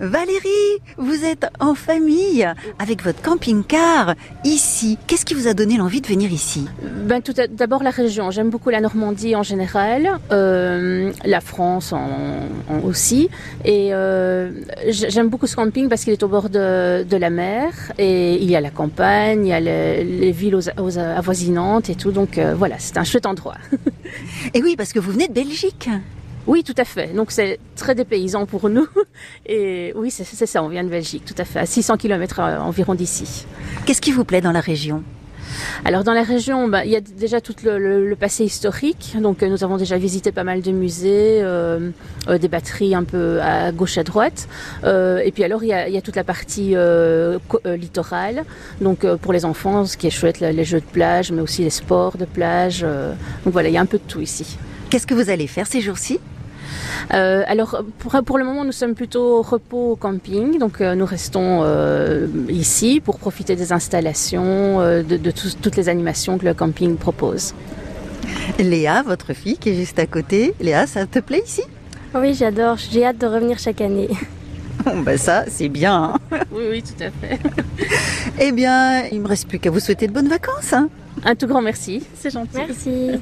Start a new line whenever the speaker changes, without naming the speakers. Valérie, vous êtes en famille avec votre camping-car ici. Qu'est-ce qui vous a donné l'envie de venir ici
Ben, tout à- d'abord la région. J'aime beaucoup la Normandie en général, euh, la France en, en- aussi. Et euh, j- j'aime beaucoup ce camping parce qu'il est au bord de, de la mer et il y a la campagne, il y a le- les villes aux, aux avoisinantes et tout. Donc euh, voilà, c'est un chouette endroit.
Eh oui, parce que vous venez de Belgique.
Oui, tout à fait. Donc c'est très dépaysant pour nous. Et oui, c'est c'est ça, on vient de Belgique, tout à fait, à 600 km euh, environ d'ici.
Qu'est-ce qui vous plaît dans la région
Alors dans la région, bah, il y a d- déjà tout le, le- le passé historique. Donc euh, nous avons déjà visité pas mal de musées, euh, euh, des batteries un peu à gauche à droite. Euh, et puis alors il y a, il y a toute la partie euh, co- euh, littorale. Donc euh, pour les enfants, ce qui est chouette, là, les jeux de plage, mais aussi les sports de plage. euh. donc voilà, il y a un peu de tout ici.
Qu'est-ce que vous allez faire ces jours-ci
Euh, alors pour, pour le moment, nous sommes plutôt au repos au camping, donc euh, nous restons euh, ici pour profiter des installations, euh, de, de tous- toutes les animations que le camping propose.
Léa, votre fille qui est juste à côté. Léa, ça te plaît ici
Oui, j'adore. J'ai hâte de revenir chaque année.
Bon, bah ça, c'est bien. hein.
Oui, oui, tout à fait.
eh bien, il me reste plus qu'à vous souhaiter de bonnes vacances. hein.
Un tout grand merci. C'est gentil.
Merci.